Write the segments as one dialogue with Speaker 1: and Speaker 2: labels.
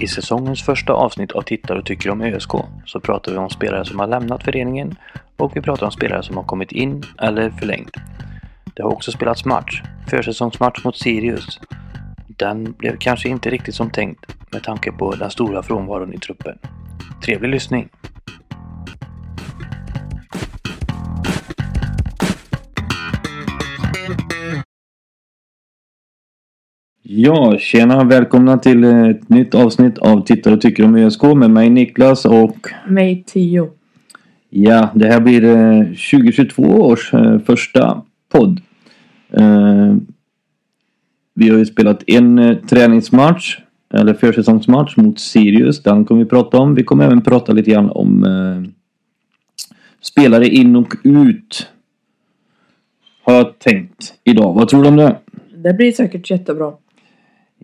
Speaker 1: I säsongens första avsnitt av Tittar och tycker om ÖSK så pratar vi om spelare som har lämnat föreningen och vi pratar om spelare som har kommit in eller förlängt. Det har också spelats match, försäsongsmatch mot Sirius. Den blev kanske inte riktigt som tänkt med tanke på den stora frånvaron i truppen. Trevlig lyssning!
Speaker 2: Ja, tjena! Välkomna till ett nytt avsnitt av Tittar och tycker om ÖSK med mig Niklas och
Speaker 3: Mig 10.
Speaker 2: ja, det här blir eh, 2022 års eh, första podd. Eh, Vi har ju spelat en eh, träningsmatch, eller försäsongsmatch mot Sirius. Den kommer vi prata om. Vi kommer även prata lite grann om eh, spelare in och ut. Har jag tänkt idag. Vad tror du om det?
Speaker 3: Det blir säkert jättebra.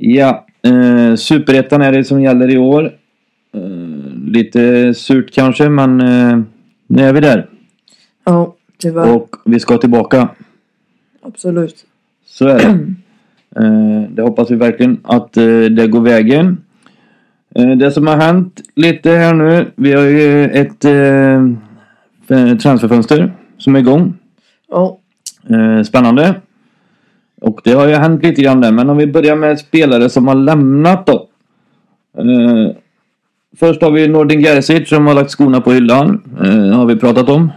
Speaker 2: Ja, eh, Superettan är det som gäller i år. Eh, lite surt kanske, men eh, nu är vi där.
Speaker 3: Ja, tyvärr.
Speaker 2: Och vi ska tillbaka.
Speaker 3: Absolut.
Speaker 2: Så är det. Eh, det hoppas vi verkligen att eh, det går vägen. Eh, det som har hänt lite här nu. Vi har ju ett eh, f- transferfönster som är igång.
Speaker 3: Ja,
Speaker 2: Eh, spännande. Och det har ju hänt lite grann där. Men om vi börjar med spelare som har lämnat då. Eh, först har vi Nordin Gerzic som har lagt skorna på hyllan. Eh, har vi pratat om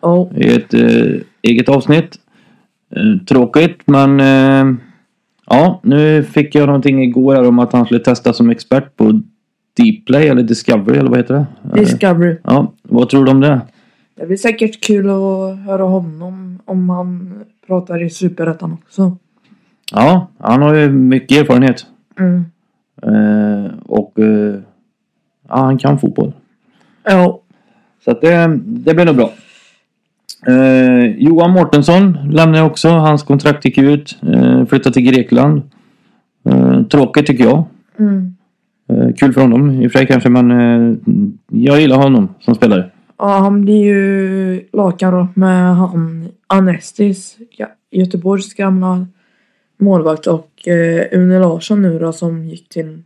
Speaker 3: ja,
Speaker 2: i ett eh, eget avsnitt. Eh, tråkigt men eh, ja, nu fick jag någonting igår här om att han skulle testa som expert på Dplay eller Discovery eller vad heter det? Eh,
Speaker 3: Discovery.
Speaker 2: Ja, vad tror du om det?
Speaker 3: Det blir säkert kul att höra honom om han pratar i Superettan också.
Speaker 2: Ja, han har ju mycket erfarenhet.
Speaker 3: Mm.
Speaker 2: Eh, och eh, ja, han kan fotboll.
Speaker 3: Ja,
Speaker 2: Så att det, det blir nog bra. Eh, Johan Mårtensson lämnar jag också. Hans kontrakt gick ut. Eh, flyttar till Grekland. Eh, tråkigt tycker jag.
Speaker 3: mm.
Speaker 2: Eh, kul för honom i och för sig kanske men eh, jag gillar honom som spelare.
Speaker 3: ja han blir ju lagkamrat med han Anestis, Ga- Göteborgs gamla målvakt och eh, Une Larsson nu då som gick till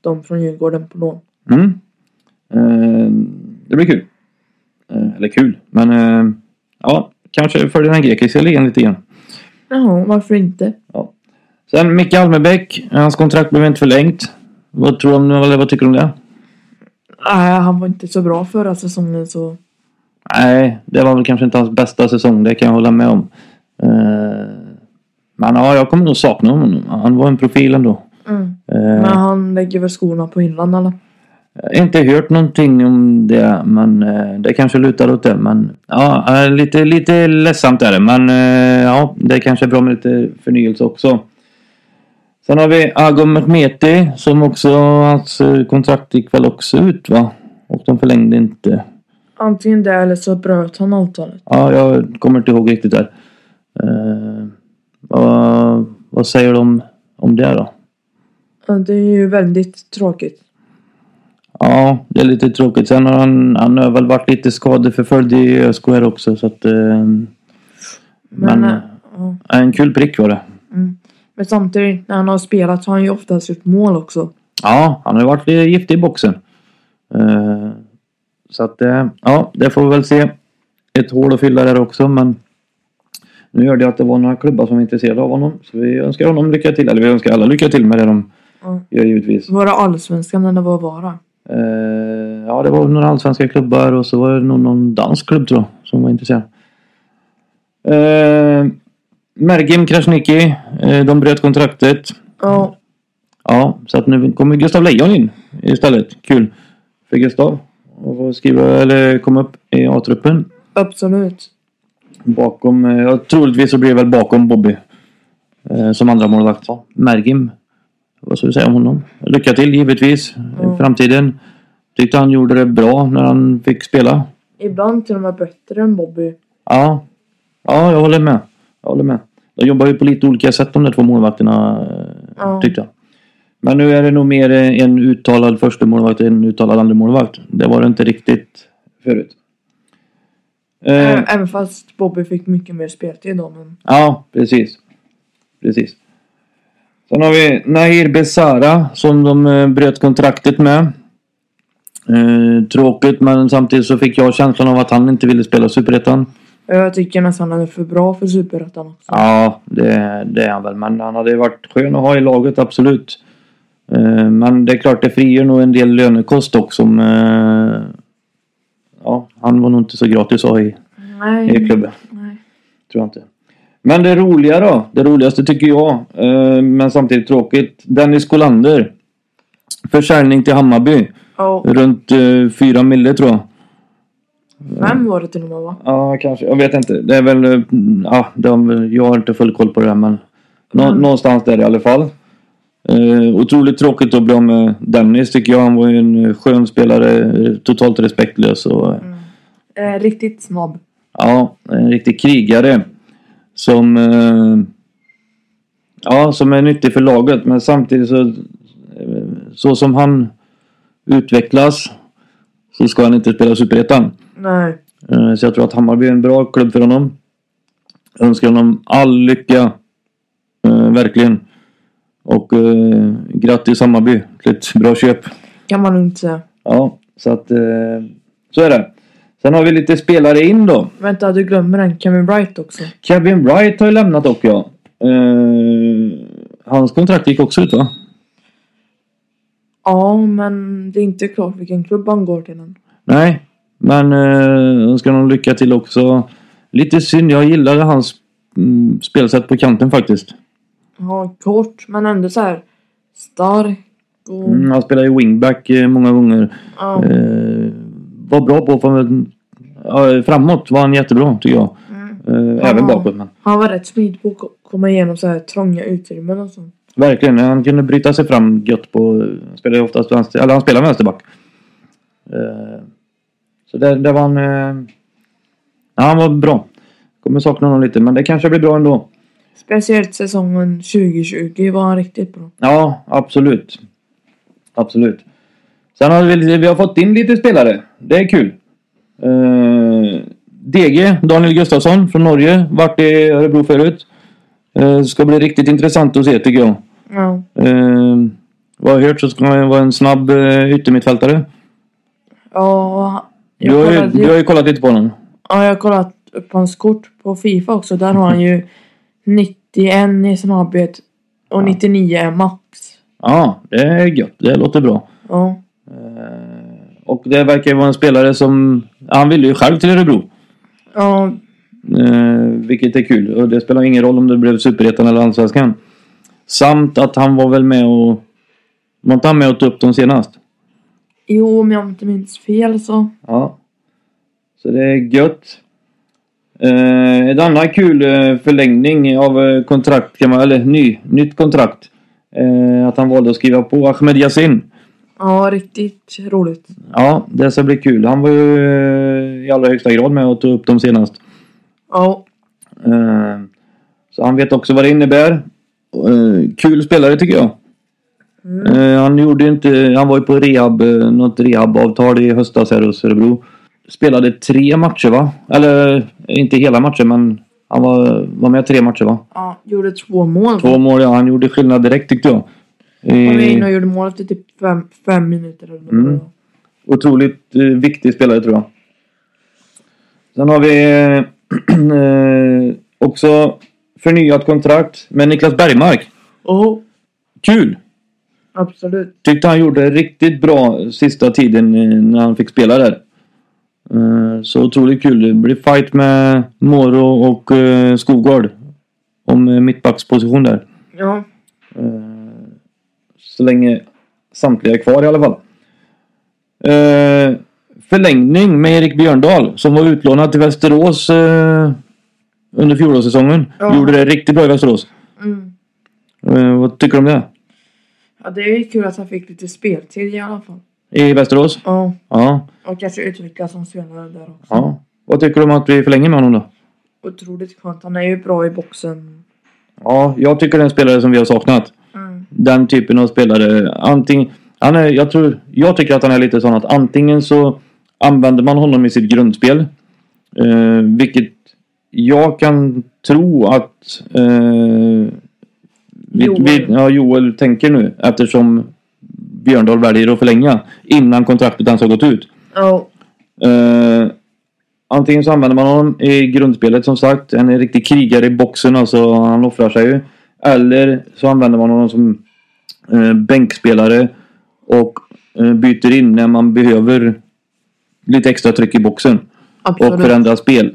Speaker 3: dem från Djurgården på lån.
Speaker 2: Mm. Eh, det blir kul. Eh, eller kul men eh, ja, kanske följer den grekiska ligan lite grann.
Speaker 3: Jaha, varför inte?
Speaker 2: Sen Micke Almebäck. Hans kontrakt blev inte förlängt. Vad tror du om eller vad tycker du om det?
Speaker 3: Nej, han var inte så bra förra säsongen så...
Speaker 2: Nej, det var väl kanske inte hans bästa säsong. Det kan jag hålla med om. Eh, men ja, jag kommer nog sakna honom. Han var en profil ändå.
Speaker 3: Mm.
Speaker 2: Eh,
Speaker 3: Men han lägger väl skorna på hyllan eller?
Speaker 2: jag har inte hört någonting om det, men eh, det kanske lutar åt det. Men ja, eh, lite, lite ledsamt är det. Men eh, ja, det kanske är bra med lite förnyelse också. Sen har vi Agom Mehmeti som också, hans eh, kontrakt gick väl också ut va? Och de förlängde inte.
Speaker 3: Antingen det eller så bröt han avtalet.
Speaker 2: Ja, jag kommer inte ihåg riktigt där. Eh, vad, vad säger de om det då?
Speaker 3: Ja, Det är ju väldigt tråkigt.
Speaker 2: Ja, det är lite tråkigt. Sen har han, han har väl varit lite skadeförföljd i ÖSK här också så att... Eh,
Speaker 3: Men,
Speaker 2: Men,
Speaker 3: eh, ja.
Speaker 2: en kul prick var det.
Speaker 3: mm. men samtidigt när han har spelat har han ju oftast gjort mål också.
Speaker 2: Ja, han har ju varit lite giftig i boxen. Eh, så att eh, ja, det får vi väl se. Ett hål att fylla där också men... Nu hörde jag att det var några klubbar som var intresserade av honom. Så vi önskar honom lycka till. Eller vi önskar alla lycka till med det de
Speaker 3: Ja.
Speaker 2: gör givetvis.
Speaker 3: Var det allsvenskan eller vad var det?
Speaker 2: Eh, ja, det var några allsvenska klubbar och så var det nog någon dansk klubb tror jag som var intresserad. Eh, Mergim Krasniqi, eh, de bröt kontraktet. Mm.
Speaker 3: Ja,
Speaker 2: Ja, så att nu kommer Gustav Lejon in istället. Kul för Gustav. Och får skriva eller komma upp i A-truppen.
Speaker 3: absolut.
Speaker 2: Bakom, eh, ja, troligtvis så blir det väl bakom Bobby. Eh, som andra målvakt. Mergim. Vad ska vi säga om honom? Lycka till givetvis
Speaker 3: Ja.
Speaker 2: i framtiden. Tyckte han gjorde det bra när han fick spela.
Speaker 3: Ibland till och med bättre än Bobby.
Speaker 2: Ja. Ja, jag håller med. Jag håller med. De jobbar ju på lite olika sätt de där två målvakterna. eh,
Speaker 3: Ja.
Speaker 2: Tyckte jag. Men nu är det nog mer eh, en uttalad första målvakt och en uttalad andra målvakt. Det var det inte riktigt förut. Eh,
Speaker 3: Ä- Även fast Bobby fick mycket mer speltid då. Men...
Speaker 2: Ja, precis. Precis. Sen har vi Nahir Besara som de eh, bröt kontraktet med. Eh, tråkigt men samtidigt så fick jag känslan av att han inte ville spela Superettan.
Speaker 3: Jag tycker nästan han är för bra för Superettan också.
Speaker 2: Ja, det, det är han väl. Men han hade ju varit skön att ha i laget, absolut. Eh, Men det är klart, det frigör nog en del lönekost också. Som, eh, ja, han var nog inte så gratis att ha i, i
Speaker 3: Nej.
Speaker 2: klubben.
Speaker 3: Nej.
Speaker 2: Tror jag inte. Men det roliga då? Det roligaste tycker jag, eh, men samtidigt tråkigt. Dennis Kolander. Försäljning till Hammarby.
Speaker 3: Ja,
Speaker 2: Runt eh, 4 mille tror jag.
Speaker 3: fem var det till och med va?
Speaker 2: Ja, kanske. Jag vet inte. Det är väl... eh, Ja, det har, väl- jag har inte full koll på det här, men... Nå,
Speaker 3: Mm.
Speaker 2: Någonstans där i alla fall. Eh, otroligt tråkigt att bli av med Dennis tycker jag. Han var ju en eh, skön spelare. eh, Totalt respektlös och... eh,
Speaker 3: Eh, riktigt snabb.
Speaker 2: Ja, en riktig krigare. Som... Eh, ja, som är nyttig för laget. Men samtidigt så... eh, Så som han utvecklas så ska han inte spela Superettan.
Speaker 3: Nej.
Speaker 2: Eh, Så jag tror att Hammarby är en bra klubb för honom. Jag önskar honom all lycka. Eh, Verkligen. Och eh, grattis Hammarby till ett bra köp.
Speaker 3: Kan man lugnt säga.
Speaker 2: Ja, så att eh, så är det. Sen har vi lite spelare in då.
Speaker 3: Vänta, du glömmer en. Kevin Bright också.
Speaker 2: Kevin Wright har ju lämnat dock ja. Eh, hans kontrakt gick också ut va?
Speaker 3: Ja, men det är inte klart vilken klubb han går till än.
Speaker 2: Nej, men eh, önskar honom lycka till också. Lite synd, jag gillade hans mm, spelsätt på kanten faktiskt.
Speaker 3: Ja, kort, men ändå så här stark och...
Speaker 2: Mm, han spelar ju wingback eh, många gånger.
Speaker 3: Ja.
Speaker 2: Eh, var bra på för, ja, framåt var han jättebra tycker jag.
Speaker 3: Mm.
Speaker 2: Eh,
Speaker 3: Ja.
Speaker 2: Även bakåt men.
Speaker 3: Han var rätt smidig på att ko- komma igenom så här trånga utrymmen och sånt.
Speaker 2: Verkligen, han kunde bryta sig fram gött på... Han spelar ju oftast vänster, eller han spelar vänsterback. Eh, så där, där var han... Eh, ja, han var bra. Kommer sakna honom lite men det kanske blir bra ändå.
Speaker 3: Speciellt säsongen 2020 var han riktigt bra.
Speaker 2: Ja, absolut. Absolut. Sen har vi, lite- vi har fått in lite spelare. Det är kul. Eh, DG, Daniel Gustafsson från Norge. Vart i Örebro förut. Eh, ska bli riktigt intressant att se tycker jag.
Speaker 3: Ja.
Speaker 2: Eh, vad jag har hört så ska han vara en snabb eh, yttermittfältare.
Speaker 3: Ja, han-
Speaker 2: Du
Speaker 3: jag
Speaker 2: har, ju,
Speaker 3: kollade,
Speaker 2: du har ju kollat lite på honom.
Speaker 3: ja, jag har kollat upp hans kort på Fifa också. Där har han ju 91 i snabbhet och 99 är max.
Speaker 2: Ja, det är gött. Det låter bra.
Speaker 3: Ja.
Speaker 2: Eh, och det verkar ju vara en spelare som... Han ville ju själv till Örebro.
Speaker 3: Ja,
Speaker 2: Eh, vilket är kul. Och det spelar ingen roll om det blev Superettan eller Allsvenskan. Samt att han var väl med och... Var inte han med och tog upp dem senast?
Speaker 3: jo, om jag inte minns fel så.
Speaker 2: Ja. Så det är gött. Eh, en annan kul eh, förlängning av eh, kontrakt kan man... Eller ny, nytt kontrakt. Eh, att han valde att skriva på Ahmed Yassin.
Speaker 3: Ja, riktigt roligt.
Speaker 2: Ja, det ska bli kul. Han var ju eh, i allra högsta grad med och tog upp dem senast.
Speaker 3: Ja,
Speaker 2: Eh, Så han vet också vad det innebär. Eh, Kul spelare tycker jag.
Speaker 3: Mm.
Speaker 2: Eh, Han gjorde ju inte... Han var ju på rehab, eh, något rehabavtal i höstas här hos Örebro. Spelade tre matcher va? Eller eh, inte hela matchen men han var, var med tre matcher va?
Speaker 3: ja gjorde två mål.
Speaker 2: Två mål ja, han gjorde skillnad direkt tyckte jag.
Speaker 3: Han var inne
Speaker 2: Eh,
Speaker 3: och gjorde mål efter typ fem, fem minuter eller något.
Speaker 2: Mm. Otroligt eh, viktig spelare tror jag. Sen har vi eh, eh, också förnyat kontrakt med Niklas Bergmark.
Speaker 3: Ja,
Speaker 2: Kul!
Speaker 3: absolut.
Speaker 2: Tyckte han gjorde riktigt bra sista tiden eh, när han fick spela där. Eh, Så otroligt kul. Det blir fight med Moro och eh, Skogård. Om eh, mittbacksposition där.
Speaker 3: Ja,
Speaker 2: Eh, Så länge samtliga är kvar i alla fall. Eh, Förlängning med Erik Björndal som var utlånad till Västerås eh, under fjolårssäsongen.
Speaker 3: Ja.
Speaker 2: Gjorde det riktigt bra i Västerås.
Speaker 3: mm.
Speaker 2: Eh, Vad tycker du om det?
Speaker 3: ja, det är ju kul att han fick lite speltid i alla fall.
Speaker 2: I Västerås?
Speaker 3: Ja,
Speaker 2: Ja.
Speaker 3: och kanske utvecklas som spelare där också.
Speaker 2: ja. Vad tycker du om att vi förlänger med honom då?
Speaker 3: Otroligt skönt. Han är ju bra i boxen.
Speaker 2: Ja, jag tycker det är en spelare som vi har saknat.
Speaker 3: Mm.
Speaker 2: Den typen av spelare. Antingen, han är, jag, tror, jag tycker att han är lite sån att antingen så använder man honom i sitt grundspel. Eh, vilket jag kan tro att eh, Vi,
Speaker 3: Joel.
Speaker 2: Vi, ja, Joel tänker nu eftersom Björndal väljer att förlänga innan kontraktet ens har gått ut.
Speaker 3: Ja,
Speaker 2: Eh, antingen så använder man honom i grundspelet som sagt. En riktig krigare i boxen alltså. Han offrar sig ju. Eller så använder man honom som eh, bänkspelare. Och eh, byter in när man behöver lite extra tryck i boxen.
Speaker 3: absolut.
Speaker 2: Och förändra spel.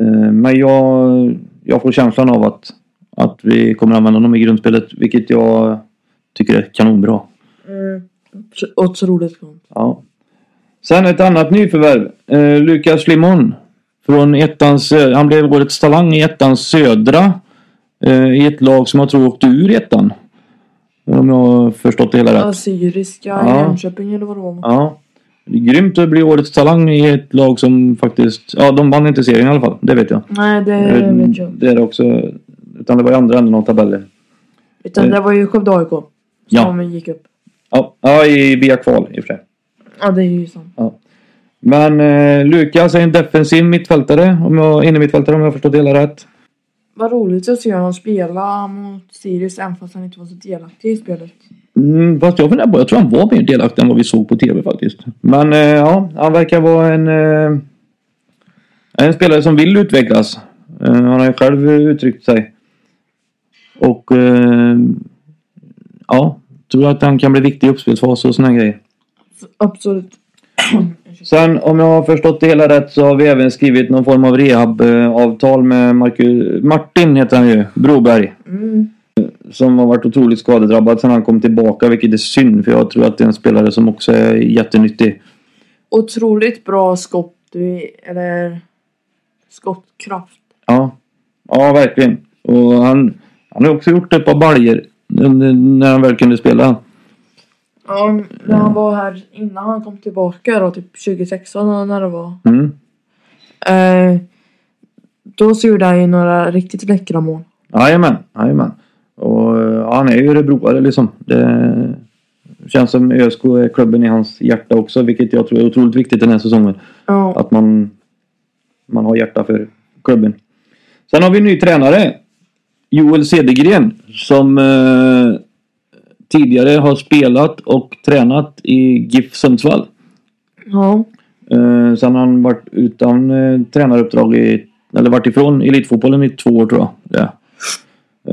Speaker 2: Eh, men jag, jag får känslan av att, att vi kommer använda honom i grundspelet. Vilket jag tycker är kanonbra.
Speaker 3: Mm, otroligt skönt.
Speaker 2: Ja. Sen ett annat nyförvärv. Eh, Lukas Limon. Från ettans, eh, han blev årets talang i ettans södra. Eh, I ett lag som jag tror åkte ur ettan. Om jag har förstått det hela rätt.
Speaker 3: Alltså. Assyriska
Speaker 2: Ja.
Speaker 3: i Jönköping eller vad det var.
Speaker 2: Ja. Det är grymt att bli årets talang i ett lag som faktiskt... Ja, de vann inte serien i alla fall. Det vet jag.
Speaker 3: Nej, det
Speaker 2: Eh,
Speaker 3: vet jag inte.
Speaker 2: det är det också. Utan det var i andra änden av tabellen.
Speaker 3: Utan det var ju Skövde AIK som
Speaker 2: Eh. Ja.
Speaker 3: gick upp.
Speaker 2: Ja, ja i via kval i och för sig.
Speaker 3: Ja, det är ju sant.
Speaker 2: Men eh, Lukas är en defensiv mittfältare. Om jag, inne mittfältare om jag har förstått det hela rätt.
Speaker 3: Vad roligt att se honom spela mot Sirius även fast han inte var så delaktig i spelet.
Speaker 2: Mm, fast jag funderar på, jag tror han var mer delaktig än vad vi såg på tv faktiskt. Men eh, ja, han verkar vara en, eh, en spelare som vill utvecklas. Eh, han har ju själv eh, uttryckt sig. Och eh, ja, tror att han kan bli viktig i uppspelsfas och såna här grejer.
Speaker 3: Så- Absolut.
Speaker 2: Sen om jag har förstått det hela rätt så har vi även skrivit någon form av rehabavtal med Marcus, Martin heter han ju, Broberg.
Speaker 3: Mm.
Speaker 2: Som har varit otroligt skadedrabbad sedan han kom tillbaka vilket är synd för jag tror att det är en spelare som också är jättenyttig.
Speaker 3: Otroligt bra skott du är- eller skottkraft.
Speaker 2: Ja, ja verkligen. Och han, han har också gjort ett par baljer n- när han väl kunde spela.
Speaker 3: Ja, när han var här innan han kom tillbaka då, typ 2016 eller när det var.
Speaker 2: Mm.
Speaker 3: Eh, då så gjorde han ju några riktigt läckra mål.
Speaker 2: Jajamän, jajamän. Och eh, han är ju örebroare liksom. Det känns som ÖSK är klubben i hans hjärta också vilket jag tror är otroligt viktigt den här säsongen.
Speaker 3: Ja,
Speaker 2: Att man, man har hjärta för klubben. Sen har vi en ny tränare. Joel Cedergren som eh, tidigare har spelat och tränat i GIF Sundsvall.
Speaker 3: ja,
Speaker 2: Eh, sen har han varit utan eh, tränaruppdrag i, eller varit ifrån elitfotbollen i två år tror jag. Ja.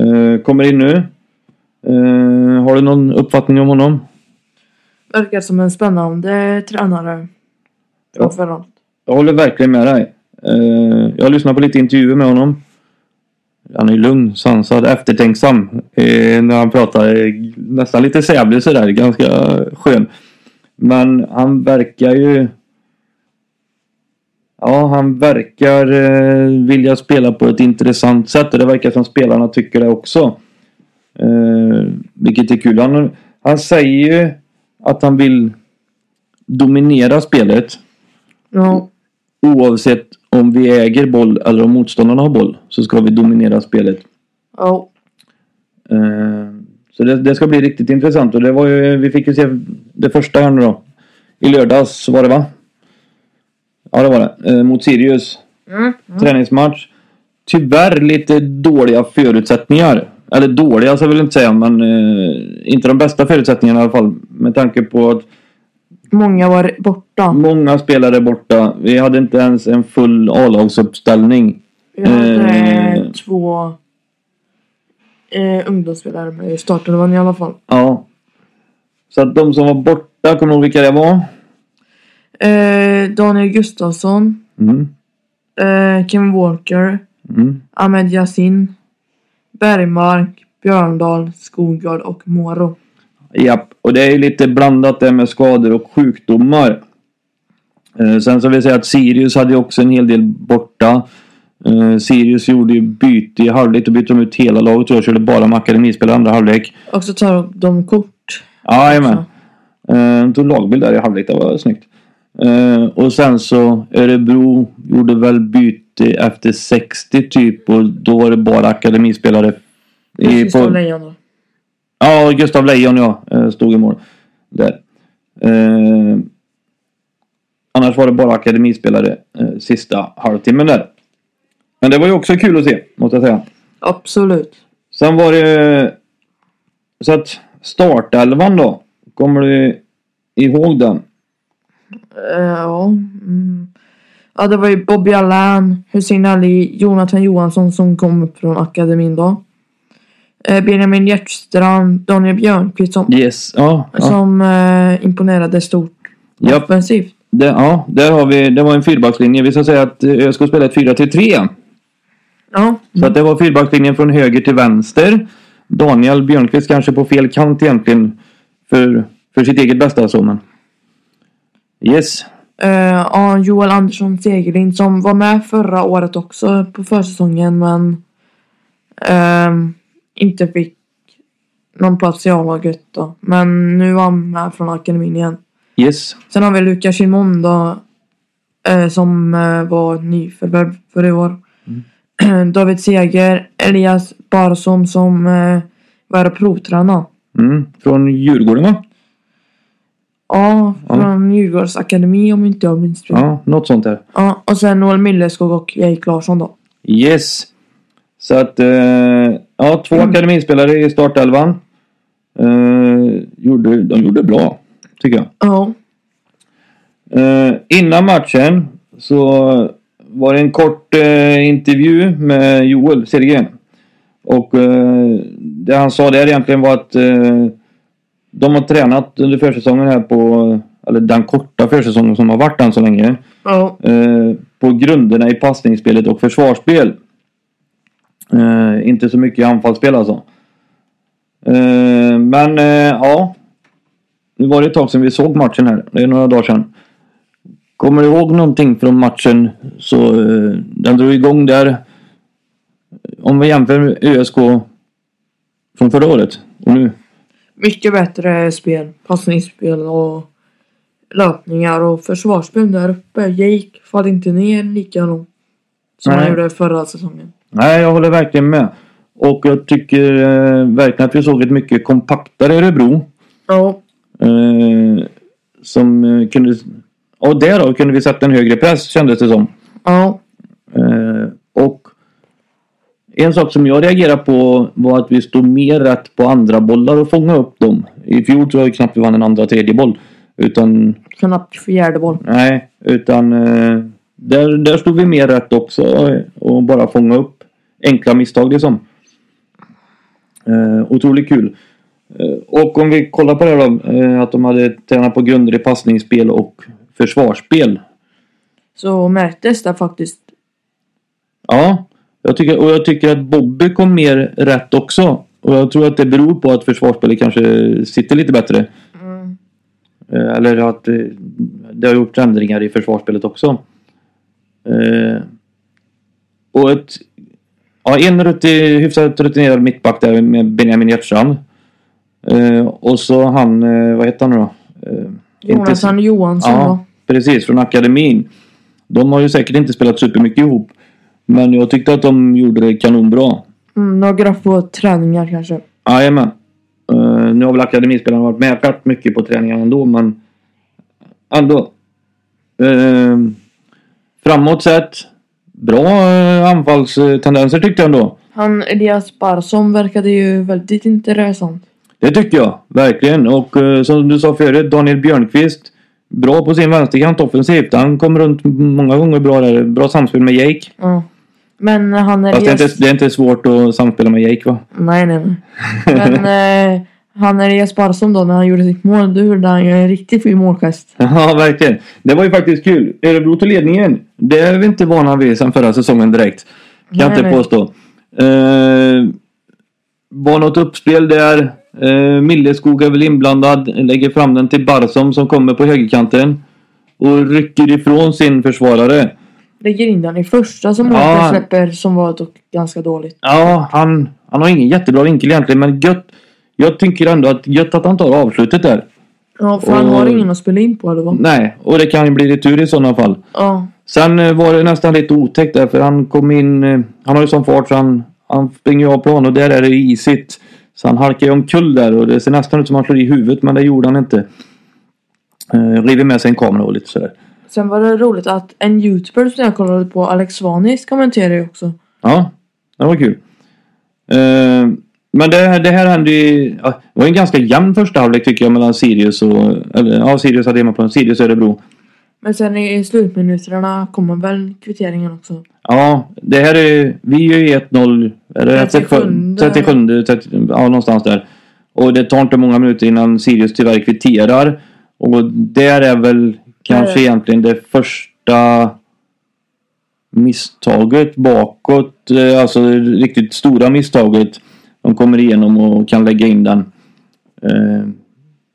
Speaker 2: Eh, kommer in nu. Eh, har du någon uppfattning om honom?
Speaker 3: verkar som en spännande tränare. Framförallt.
Speaker 2: Jag håller verkligen med dig. Eh, jag har lyssnat på lite intervjuer med honom. Han är lugn, sansad, eftertänksam. eh, när han pratar eh, nästan lite sävlig sådär. Ganska skön. Men han verkar ju... Ja, han verkar eh, vilja spela på ett intressant sätt och det verkar som spelarna tycker det också. Eh, vilket är kul. Han, han säger ju att han vill dominera spelet.
Speaker 3: Ja,
Speaker 2: Oavsett om vi äger boll eller om motståndarna har boll så ska vi dominera spelet.
Speaker 3: ja,
Speaker 2: Eh, Så det, det ska bli riktigt intressant och det var ju, vi fick ju se det första här nu då. I lördags var det va? Ja det var det. Eh, Mot Sirius.
Speaker 3: mm.
Speaker 2: Träningsmatch. Tyvärr lite dåliga förutsättningar. Eller dåliga ska jag väl inte säga men eh, inte de bästa förutsättningarna i alla fall. Med tanke på att
Speaker 3: många var borta.
Speaker 2: många spelare är borta. Vi hade inte ens en full A-lagsuppställning.
Speaker 3: Vi hade
Speaker 2: Eh.
Speaker 3: två eh, ungdomsspelare med i startelvan i alla fall.
Speaker 2: Ja. Så att de som var borta, kommer du ihåg vilka det var?
Speaker 3: Eh, Daniel Gustafsson,
Speaker 2: Mm.
Speaker 3: eh, Kevin Walker,
Speaker 2: Mm.
Speaker 3: Ahmed Yassin, Bergmark, Björndal, Skogard och Moro.
Speaker 2: Japp, och det är ju lite blandat där med skador och sjukdomar. Eh, sen så vill jag säga att Sirius hade ju också en hel del borta. Eh, Sirius gjorde ju byte i halvlek. Då bytte de ut hela laget och jag körde bara med akademispelare i andra halvlek.
Speaker 3: Och så tar de kort.
Speaker 2: Jajamän. Eh, de tog lagbild där i halvlek. Det var snyggt. Eh, och sen så Örebro gjorde väl byte efter 60 typ och då var det bara akademispelare.
Speaker 3: I,
Speaker 2: I, på,
Speaker 3: Lejon då.
Speaker 2: Ja, Gustav Lejon ja. eh, Stod i mål. Där. Eh, annars var det bara akademispelare eh, sista halvtimmen där. Men det var ju också kul att se, måste jag säga.
Speaker 3: Absolut.
Speaker 2: Sen var det Så att startelvan då. Kommer du ihåg den?
Speaker 3: Eh, ja. Mm. Ja, det var ju Bobby Allan, Hussein Ali, Jonathan Johansson som kom upp från akademin då. Eh, Benjamin Hjertstrand, Daniel Björnqvist som,
Speaker 2: Yes. Ja. ja.
Speaker 3: som eh, imponerade stort
Speaker 2: Japp.
Speaker 3: offensivt.
Speaker 2: Det, ja, där har vi. Det var en fyrbackslinje. Vi ska säga att eh, ÖSK spelade ett 4 till 3.
Speaker 3: Ja.
Speaker 2: Så att det var fyrbackslinjen från höger till vänster. Daniel Björnqvist kanske på fel kant egentligen. För, för sitt eget bästa alltså. Men. Yes.
Speaker 3: Eh, ja, Joel Andersson Segerlind som var med förra året också på försäsongen men ehm, inte fick någon plats i A-laget då. Men nu var han med från akademin igen.
Speaker 2: Yes.
Speaker 3: Sen har vi Lukas Simon då eh, som eh, var nyförvärv för i år.
Speaker 2: Mm.
Speaker 3: David Seger, Elias Barsom som eh, var provtränare.
Speaker 2: Mm. Från Djurgården va?
Speaker 3: Ja,
Speaker 2: Ja.
Speaker 3: från Djurgårdens akademi om inte jag minns fel. Ja.
Speaker 2: Ja, något sånt där.
Speaker 3: och sen Noel Milleskog och Erik Larsson då.
Speaker 2: Yes. Så att, eh, ja, två akademispelare i startelvan. Eh, gjorde, de gjorde bra, tycker jag.
Speaker 3: Ja.
Speaker 2: Eh, innan matchen så var det en kort eh, intervju med Joel Sergren. Och eh, det han sa där egentligen var att eh, de har tränat under försäsongen här på, eller den korta försäsongen som har varit än så länge.
Speaker 3: Ja.
Speaker 2: eh, på grunderna i passningsspelet och försvarsspel. Eh, inte så mycket i anfallsspel alltså. Eh, men eh, ja. Nu var det ett tag sedan vi såg matchen här. Det är några dagar sedan. Kommer du ihåg någonting från matchen? Så, eh, den drog igång där. Om vi jämför med ÖSK från förra året och nu.
Speaker 3: Mycket bättre spel. Passningsspel och löpningar och försvarsspel där uppe. Jake faller inte ner lika långt som
Speaker 2: Nej.
Speaker 3: han gjorde förra säsongen.
Speaker 2: Nej, jag håller verkligen med. Och jag tycker eh, verkligen att vi såg ett mycket kompaktare Örebro.
Speaker 3: Ja.
Speaker 2: Eh, som eh, kunde... Och där då kunde vi sätta en högre press kändes det som.
Speaker 3: Ja.
Speaker 2: Eh, och en sak som jag reagerade på var att vi stod mer rätt på andra bollar och fångade upp dem. I fjol så var det knappt vi vann en andra tredje boll. Utan
Speaker 3: Knappt fjärde boll.
Speaker 2: nej, utan eh, där, där stod vi mer rätt också eh, och bara fångade upp enkla misstag liksom. Eh, otroligt kul. Eh, Och om vi kollar på det här då. Eh, att de hade tränat på grunder i passningsspel och försvarsspel.
Speaker 3: Så märktes det faktiskt.
Speaker 2: Ja, jag tycker, och jag tycker att Bobby kom mer rätt också. Och jag tror att det beror på att försvarsspelet kanske sitter lite bättre.
Speaker 3: Mm.
Speaker 2: Eh, Eller att eh, det har gjort ändringar i försvarsspelet också. Eh, Och ett... Ja, en ruti- hyfsat rutinerad mittback där med Benjamin Hjertstrand. Eh, Och så han, eh, vad heter han nu då? Eh, inte-
Speaker 3: Jonathan Johansson
Speaker 2: Ja, precis. Från akademin. De har ju säkert inte spelat supermycket ihop. Men jag tyckte att de gjorde det kanonbra.
Speaker 3: då. Mm, några få träningar kanske.
Speaker 2: Jajamän. Uh, nu har väl akademispelarna varit med rätt mycket på träningarna ändå, men... Ändå. Eh, framåt sett. Bra eh, anfallstendenser tyckte jag ändå.
Speaker 3: Han Elias Barsom verkade ju väldigt intressant.
Speaker 2: Det tyckte jag. Verkligen. Och eh, som du sa förut, Daniel Björnqvist. Bra på sin vänsterkant offensivt. Han kom runt många gånger bra där. Bra samspel med Jake.
Speaker 3: Ja. Men han
Speaker 2: Fast det är,
Speaker 3: Elias...
Speaker 2: inte, det är inte svårt att samspela med Jake va?
Speaker 3: Nej, nej, nej. Men eh, han Elias Barsom då, när han gjorde sitt mål, då gjorde han ju en riktigt fin målgest.
Speaker 2: Ja, verkligen. Det var ju faktiskt kul. Örebro till ledningen. Det är vi inte vana vid sedan förra säsongen direkt. Kan jag
Speaker 3: Nej,
Speaker 2: inte
Speaker 3: nej.
Speaker 2: påstå. Eh, var något uppspel där. Eh, Milleskog är väl inblandad. Lägger fram den till Barsom som kommer på högerkanten. Och rycker ifrån sin försvarare.
Speaker 3: Lägger in den i första
Speaker 2: Ja.
Speaker 3: som Mårten släpper, som var dock ganska dåligt.
Speaker 2: Ja, han, han har ingen jättebra vinkel egentligen men gött. Jag tycker ändå att gött att han tar avslutet där.
Speaker 3: Ja, för han
Speaker 2: Och-
Speaker 3: har ingen att spela in på, eller vad?
Speaker 2: Nej, och det kan ju bli retur i sådana fall.
Speaker 3: Ja.
Speaker 2: Sen eh, var det nästan lite otäckt där för han kom in. eh, Han har ju sån fart så han, han springer ju av plan och där är det isigt. Så han halkar ju omkull där och det ser nästan ut som han slår i huvudet men det gjorde han inte. Eh, river med sig en kamera och lite sådär.
Speaker 3: Sen var det roligt att en youtuber som jag kollade på, Alex Svanis, kommenterade ju också.
Speaker 2: Ja, det var kul. Eh, Men det, det här hände ju... ja, Det var en ganska jämn första halvlek tycker jag mellan Sirius och... Eller, ja, Sirius hade hemmaplan. Sirius och Örebro.
Speaker 3: Men sen i slutminuterna kommer väl kvitteringen också.
Speaker 2: Ja, det här är... Vi är ju 1-0. Är det
Speaker 3: 37?
Speaker 2: 37? 37 30, ja, någonstans där. Och det tar inte många minuter innan Sirius tyvärr kvitterar. Och där är väl kanske
Speaker 3: Nej.
Speaker 2: egentligen det första misstaget bakåt. eh, Alltså det riktigt stora misstaget. De kommer igenom och kan lägga in den. Eh,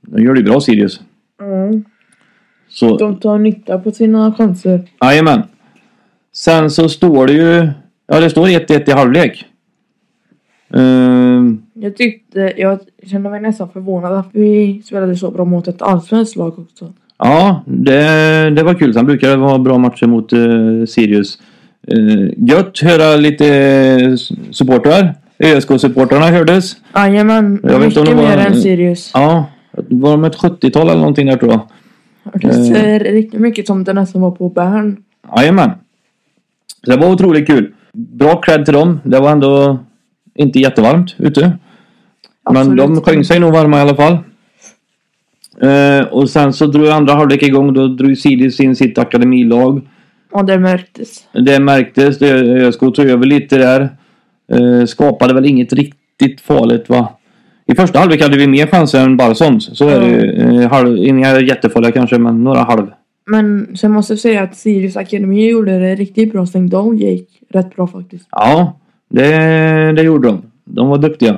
Speaker 2: De gör det ju bra Sirius.
Speaker 3: Mm.
Speaker 2: Så,
Speaker 3: De tar nytta på sina chanser.
Speaker 2: Jajamän. Sen så står det ju... Ja, det står 1-1 i halvlek. Ehm,
Speaker 3: Jag tyckte, jag kände mig nästan förvånad att vi spelade så bra mot ett allsvenskt lag också.
Speaker 2: ja, det, det var kul. Sen brukar det vara bra matcher mot eh, Sirius. Uh, gött höra lite eh, supportrar. ÖSK-supportrarna hördes.
Speaker 3: Jajamän,
Speaker 2: Jag vet inte om
Speaker 3: mycket
Speaker 2: det var-
Speaker 3: mer än Sirius.
Speaker 2: Ja, var de ett 70-tal eller någonting där tror jag.
Speaker 3: Det ser riktigt mycket som det nästan var på Bern.
Speaker 2: Jajamän. Så Det var otroligt kul. Bra cred till dem. Det var ändå inte jättevarmt ute. Men de
Speaker 3: Absolut.
Speaker 2: sjöng sig nog varma i alla fall. Eh, och sen så drog andra halvlek igång. Då drog Sirius in sitt akademilag.
Speaker 3: Ja, det märktes.
Speaker 2: Det märktes. Det- ÖSK tog över lite där. Eh, skapade väl inget riktigt farligt va? I första halvlek hade vi mer chanser än Barsons. Så är det ju. Eh, halv, inga jättefarliga kanske men några halv.
Speaker 3: Men sen måste jag säga att Sirius Akademi gjorde det riktigt bra. Sen de gick rätt bra faktiskt.
Speaker 2: Ja, det, det gjorde de. De var duktiga.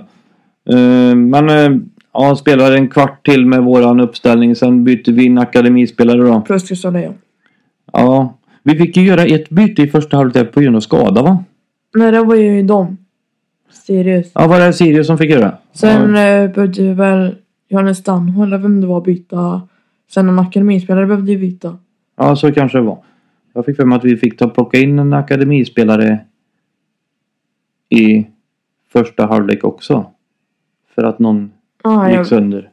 Speaker 2: Eh, men eh, ja, han spelade en kvart till med våran uppställning. Sen bytte vi in akademispelare då.
Speaker 3: Plus Gustav Lejon.
Speaker 2: Ja, vi fick ju göra ett byte i första halvlek på grund av skada va?
Speaker 3: Nej, det var ju de. Sirius.
Speaker 2: Ja, var det Sirius som fick göra?
Speaker 3: Sen eh, behövde väl Johannes Stanho eller vem det var byta. Sen en akademispelare behövde ju byta.
Speaker 2: Ja, så kanske det var. Jag fick för mig att vi fick ta plocka in en akademispelare i första halvlek också. För att någon
Speaker 3: Ah,
Speaker 2: gick
Speaker 3: jag,
Speaker 2: sönder.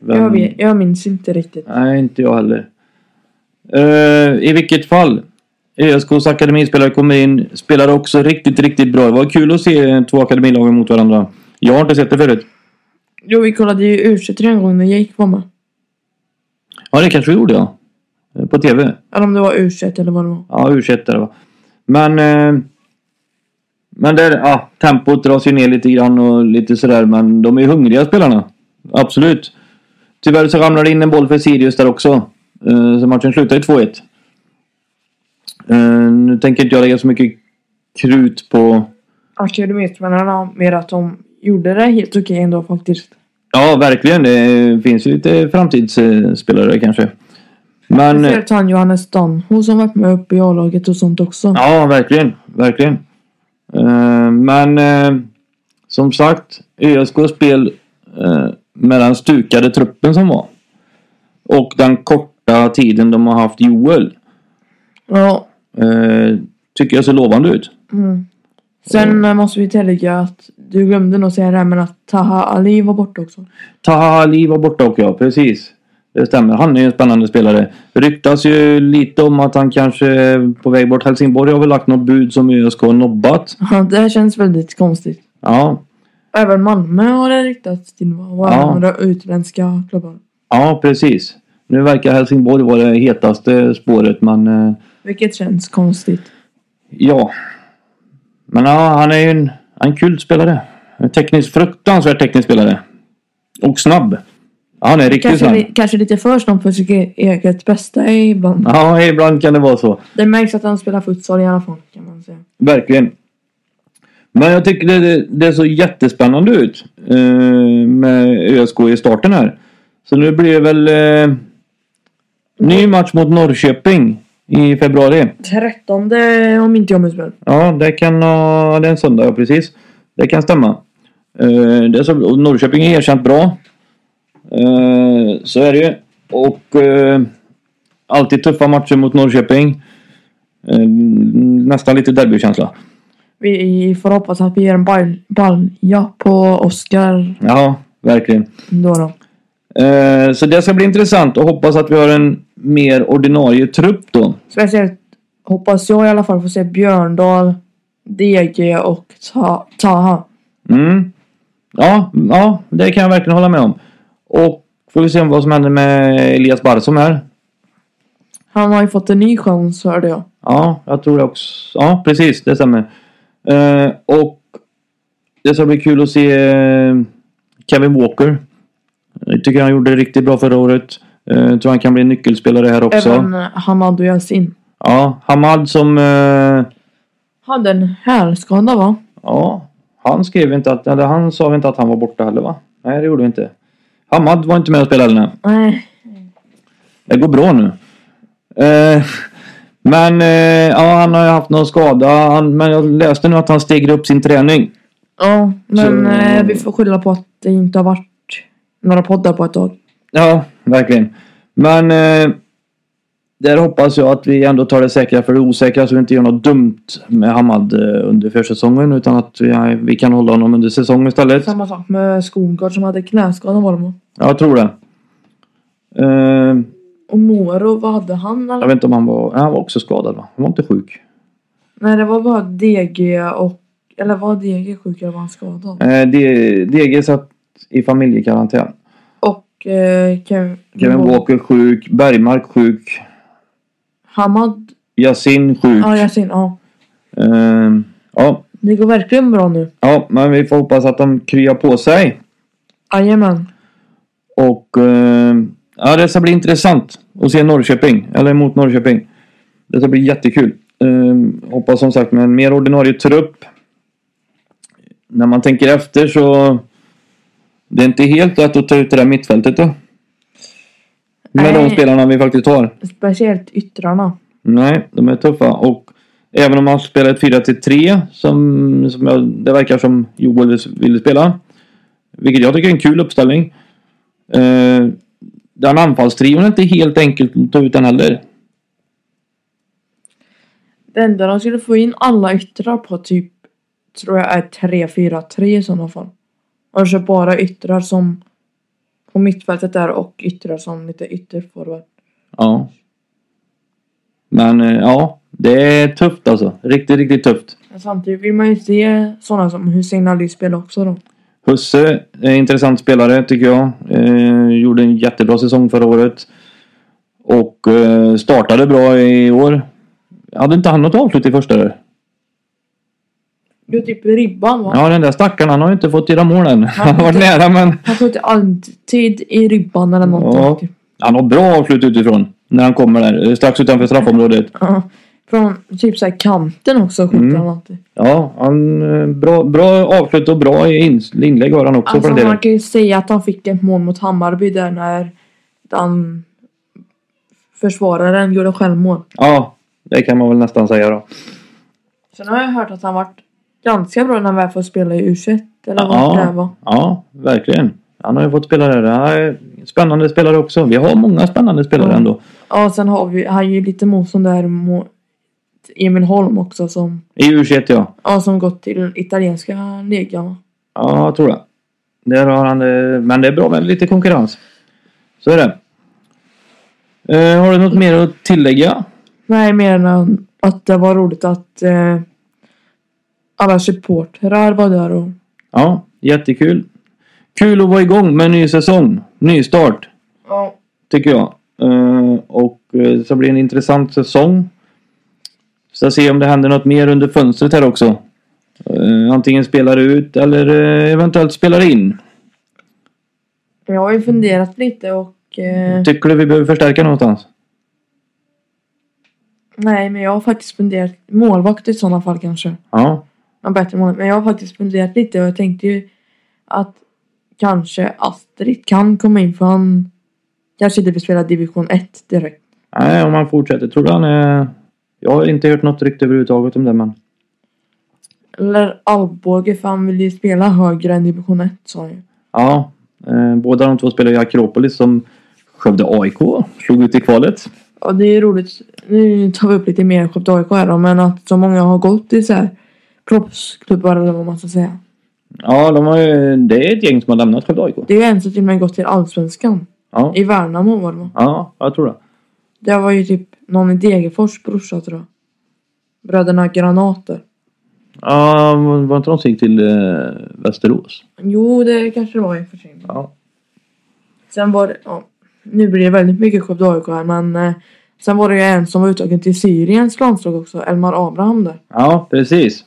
Speaker 2: Vem-
Speaker 3: jag, vet, jag minns inte riktigt.
Speaker 2: Nej, inte jag heller. Eh, I vilket fall. ÖSKs akademispelare kommer in. Spelade också riktigt, riktigt bra. Det var kul att se två akademilagen mot varandra. Jag har inte sett det förut.
Speaker 3: Jo, vi kollade ju U23 en gång när Jake var med.
Speaker 2: Ja, det kanske vi gjorde ja. Eh, På tv.
Speaker 3: Eller om det var U21 eller vad det var.
Speaker 2: Ja, ursäkta det va. Men... Eh, men där, ja, tempot dras ju ner lite grann och lite sådär. Men de är ju hungriga spelarna. Absolut. Tyvärr så ramlar det in en boll för Sirius där också. Eh, så matchen slutar i 2-1. Eh, nu tänker inte jag lägga så mycket krut på...
Speaker 3: Akademispelarna mer att de gjorde det helt okej ändå faktiskt.
Speaker 2: Ja, verkligen. Det finns ju lite framtidsspelare kanske. Men... eh,
Speaker 3: Speciellt han Johannes Stanho som varit med uppe i A-laget och sånt också.
Speaker 2: Ja, verkligen. Verkligen. Eh, men eh, som sagt, ÖSKs spel eh, med den stukade truppen som var. Och den korta tiden de har haft Joel.
Speaker 3: Ja.
Speaker 2: Eh, tycker jag ser lovande ut.
Speaker 3: Mm. Sen eh, måste vi tillägga att du glömde nog säga det här men att Taha Ali var borta också.
Speaker 2: Taha Ali var borta och jag, precis. Det stämmer. Han är ju en spännande spelare. Ryktas ju lite om att han kanske är på väg bort. Helsingborg har väl lagt något bud som ÖSK har nobbat.
Speaker 3: Ja, det här känns väldigt konstigt.
Speaker 2: Ja,
Speaker 3: Även Malmö har det riktats till
Speaker 2: Ja.
Speaker 3: varandra utländska klubbar.
Speaker 2: ja precis. Nu verkar Helsingborg vara det hetaste spåret men eh,
Speaker 3: Vilket känns konstigt.
Speaker 2: Ja. Men ja, han är ju en, en kul spelare. En teknisk, fruktansvärt teknisk spelare. Och snabb. Ja, han är riktigt
Speaker 3: Kanske,
Speaker 2: snabb.
Speaker 3: li- kanske lite för snabb för sitt e- eget bästa ibland.
Speaker 2: Ja, ibland kan det vara så.
Speaker 3: Det märks att han spelar futsal i alla fall kan man säga.
Speaker 2: Verkligen. Men jag tycker det, det, det såg jättespännande ut eh, med ÖSK i starten här. Så nu blir det väl eh, ny match mot Norrköping i februari.
Speaker 3: Trettonde om inte jag minns fel.
Speaker 2: Ja, det kan ha... Det är en söndag, ja precis. Det kan stämma. Eh, det är så, och Norrköping är erkänt bra. Eh, så är det ju. Och eh, alltid tuffa matcher mot Norrköping. Eh, nästan lite derbykänsla.
Speaker 3: Vi får hoppas att vi ger en bal- balja på Oscar
Speaker 2: Ja, verkligen.
Speaker 3: då då.
Speaker 2: Eh, så det ska bli intressant och hoppas att vi har en mer ordinarie trupp då.
Speaker 3: Speciellt hoppas jag i alla fall få se Björndal, DG och Ta- Taha.
Speaker 2: Mm. Ja, ja, det kan jag verkligen hålla med om. Och får vi se vad som händer med Elias Barsom här.
Speaker 3: Han har ju fått en ny chans hörde jag.
Speaker 2: Ja, jag tror det också. Ja, precis. Det stämmer. Eh, och det ska bli kul att se eh, Kevin Walker. Jag tycker han gjorde det riktigt bra förra året. Eh, tror han kan bli en nyckelspelare här också.
Speaker 3: Även eh, Hamad och Yasin.
Speaker 2: Ja, Hamad som... Eh,
Speaker 3: Hade en hälskada va?
Speaker 2: ja, han skrev inte att... Eller han sa väl inte att han var borta heller va? Nej, det gjorde vi inte. Hamad var inte med och spelade heller. nej.
Speaker 3: Nej.
Speaker 2: Det går bra nu. Eh, men eh, ja, han har ju haft någon skada. Han, men jag läste nu att han steger upp sin träning.
Speaker 3: Ja, men
Speaker 2: Så-
Speaker 3: eh, vi får skylla på att det inte har varit några poddar på ett tag.
Speaker 2: Ja, verkligen. Men eh, där hoppas jag att vi ändå tar det säkra för det osäkra så vi inte gör något dumt med Hamad eh, under försäsongen utan att vi, eh, vi kan hålla honom under säsong istället.
Speaker 3: Samma sak med Skogård som hade knäskada var det va?
Speaker 2: Ja, jag tror det. Eh,
Speaker 3: Och Moro, vad hade han?
Speaker 2: jag
Speaker 3: Eller?
Speaker 2: vet inte om han var... Han var också skadad va? Han var inte sjuk.
Speaker 3: Nej det var bara DG och... Eller var DG sjuk eller var han skadad?
Speaker 2: Eh, D- DG satt i familjekarantän.
Speaker 3: Och eh, Kevin,
Speaker 2: Kevin Walker sjuk, Bergmark sjuk,
Speaker 3: Hamad.
Speaker 2: Yasin sjuk.
Speaker 3: Ja, Yasin. Ja.
Speaker 2: Ehm, ja,
Speaker 3: Det går verkligen bra nu.
Speaker 2: ja, men vi får hoppas att de kryar på sig.
Speaker 3: Jajamän.
Speaker 2: Och ehm, ja, det ska bli intressant att se Norrköping, eller mot Norrköping. Det ska bli jättekul. Ehm, hoppas som sagt med en mer ordinarie trupp. När man tänker efter så det är inte helt lätt att ta ut det där mittfältet då. Med de
Speaker 3: Nej.
Speaker 2: spelarna vi faktiskt har.
Speaker 3: Speciellt yttrarna.
Speaker 2: Nej, de är tuffa. Och även om han spelar ett 4-3 som, som jag, det verkar som Joel vill- ville spela. Vilket jag tycker är en kul uppställning. Eh, den anfallstrion är inte helt enkelt att ta ut den heller.
Speaker 3: Det enda de skulle få in alla yttrar på typ tror jag är 3-4-3 i sådana fall. Och så bara yttrar som på mittfältet där och yttrar som lite ytterforward.
Speaker 2: Ja. Men eh, ja, det är tufft alltså. Riktigt, riktigt tufft.
Speaker 3: Men samtidigt vill man ju se sådana som Hussein Ali spela också då.
Speaker 2: Husse är en intressant spelare tycker jag. Eh, gjorde en jättebra säsong förra året. Och eh, startade bra i år. Hade inte han något avslut i första där?
Speaker 3: Det är typ ribban va?
Speaker 2: Ja, den där stackaren han har ju inte fått göra mål än. Han har varit nära men
Speaker 3: Han skjuter alltid i ribban eller någonting.
Speaker 2: Ja.
Speaker 3: Typ.
Speaker 2: han har bra avslut utifrån. När han kommer där, eh, strax utanför straffområdet.
Speaker 3: Ja. Från typ såhär kanten också skjuter
Speaker 2: Mm.
Speaker 3: han alltid.
Speaker 2: Ja, han, eh, bra, bra avslut och bra ins- inlägg har han också
Speaker 3: Alltså
Speaker 2: för den
Speaker 3: man
Speaker 2: delen.
Speaker 3: kan ju säga att han fick ett mål mot Hammarby där när den försvararen gjorde självmål.
Speaker 2: Ja, det kan man väl nästan säga då.
Speaker 3: Sen har jag hört att han varit ganska bra när han väl får spela i U21 eller vad
Speaker 2: Ja.
Speaker 3: det var.
Speaker 2: Ja, verkligen. Han har ju fått spela där. Det här är Spännande spelare också. Vi har många spännande spelare
Speaker 3: Ja.
Speaker 2: ändå.
Speaker 3: Ja, sen har vi, han är ju lite motstånd där mot Emil Holm också som,
Speaker 2: I U21 ja.
Speaker 3: ja, som gått till italienska ligan. va?
Speaker 2: Ja, jag tror det. Där har han det. Men det är bra med lite konkurrens. Så är det. Eh, har du något mer att tillägga?
Speaker 3: Nej, mer än att det var roligt att eh, alla supportrar var där och
Speaker 2: Ja, jättekul. Kul att vara igång med en ny säsong. Ny start,
Speaker 3: ja.
Speaker 2: tycker jag. Eh, och eh, så blir det en intressant säsong. Ska se om det händer något mer under fönstret här också. Eh, antingen spelar ut eller eh, eventuellt spelar in.
Speaker 3: Jag har ju funderat lite och eh,
Speaker 2: Tycker du vi behöver förstärka någonstans?
Speaker 3: Nej, men jag har faktiskt funderat. Målvakt i sådana fall kanske.
Speaker 2: Ja.
Speaker 3: En bättre målvakt. Men jag har faktiskt funderat lite och jag tänkte ju att kanske Astrid kan komma in för han kanske inte vill spela division 1 direkt.
Speaker 2: Nej, om han fortsätter. Tror du han är... Jag har inte hört något rykte överhuvudtaget om det, men...
Speaker 3: Eller Alvbåge för han vill ju spela högre än division 1 sa han ju.
Speaker 2: Ja. Eh, båda de två spelar i Akropolis som Skövde AIK slog ut i kvalet.
Speaker 3: Och det är ju roligt. Nu tar vi upp lite mer Skövde AIK här då, men att så många har gått i så här proffsklubbar eller vad man ska säga.
Speaker 2: Ja, de har ju, det är ett gäng som har lämnat Skövde AIK.
Speaker 3: Det är ju en som till och med gått till Allsvenskan.
Speaker 2: Ja.
Speaker 3: I Värnamo var det va?
Speaker 2: ja, jag tror det.
Speaker 3: Det var ju typ någon i Degerfors brorsa tror jag. Bröderna Granater.
Speaker 2: Ja, var inte de som gick till eh, Västerås?
Speaker 3: Jo, det kanske det var i och för sig.
Speaker 2: Ja.
Speaker 3: Sen var det, ja, nu blir det väldigt mycket Skövde AIK här men eh, sen var det ju en som var uttagen till Syriens landslag också, Elmar Abraham där.
Speaker 2: Ja, precis.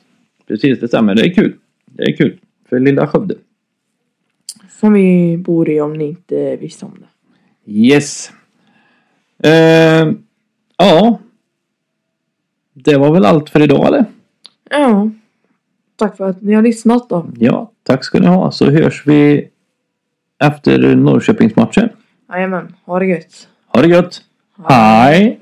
Speaker 2: Precis, det stämmer. Det är kul. Det är kul. För lilla Skövde.
Speaker 3: Som vi bor i om ni inte visste om det.
Speaker 2: Yes. Eh, ja. Det var väl allt för idag eller?
Speaker 3: Ja. Tack för att ni har lyssnat då.
Speaker 2: Ja, tack ska ni ha. Så hörs vi efter Norrköpingsmatchen.
Speaker 3: Jajamän, ha det gött.
Speaker 2: Ha det gött. Hej!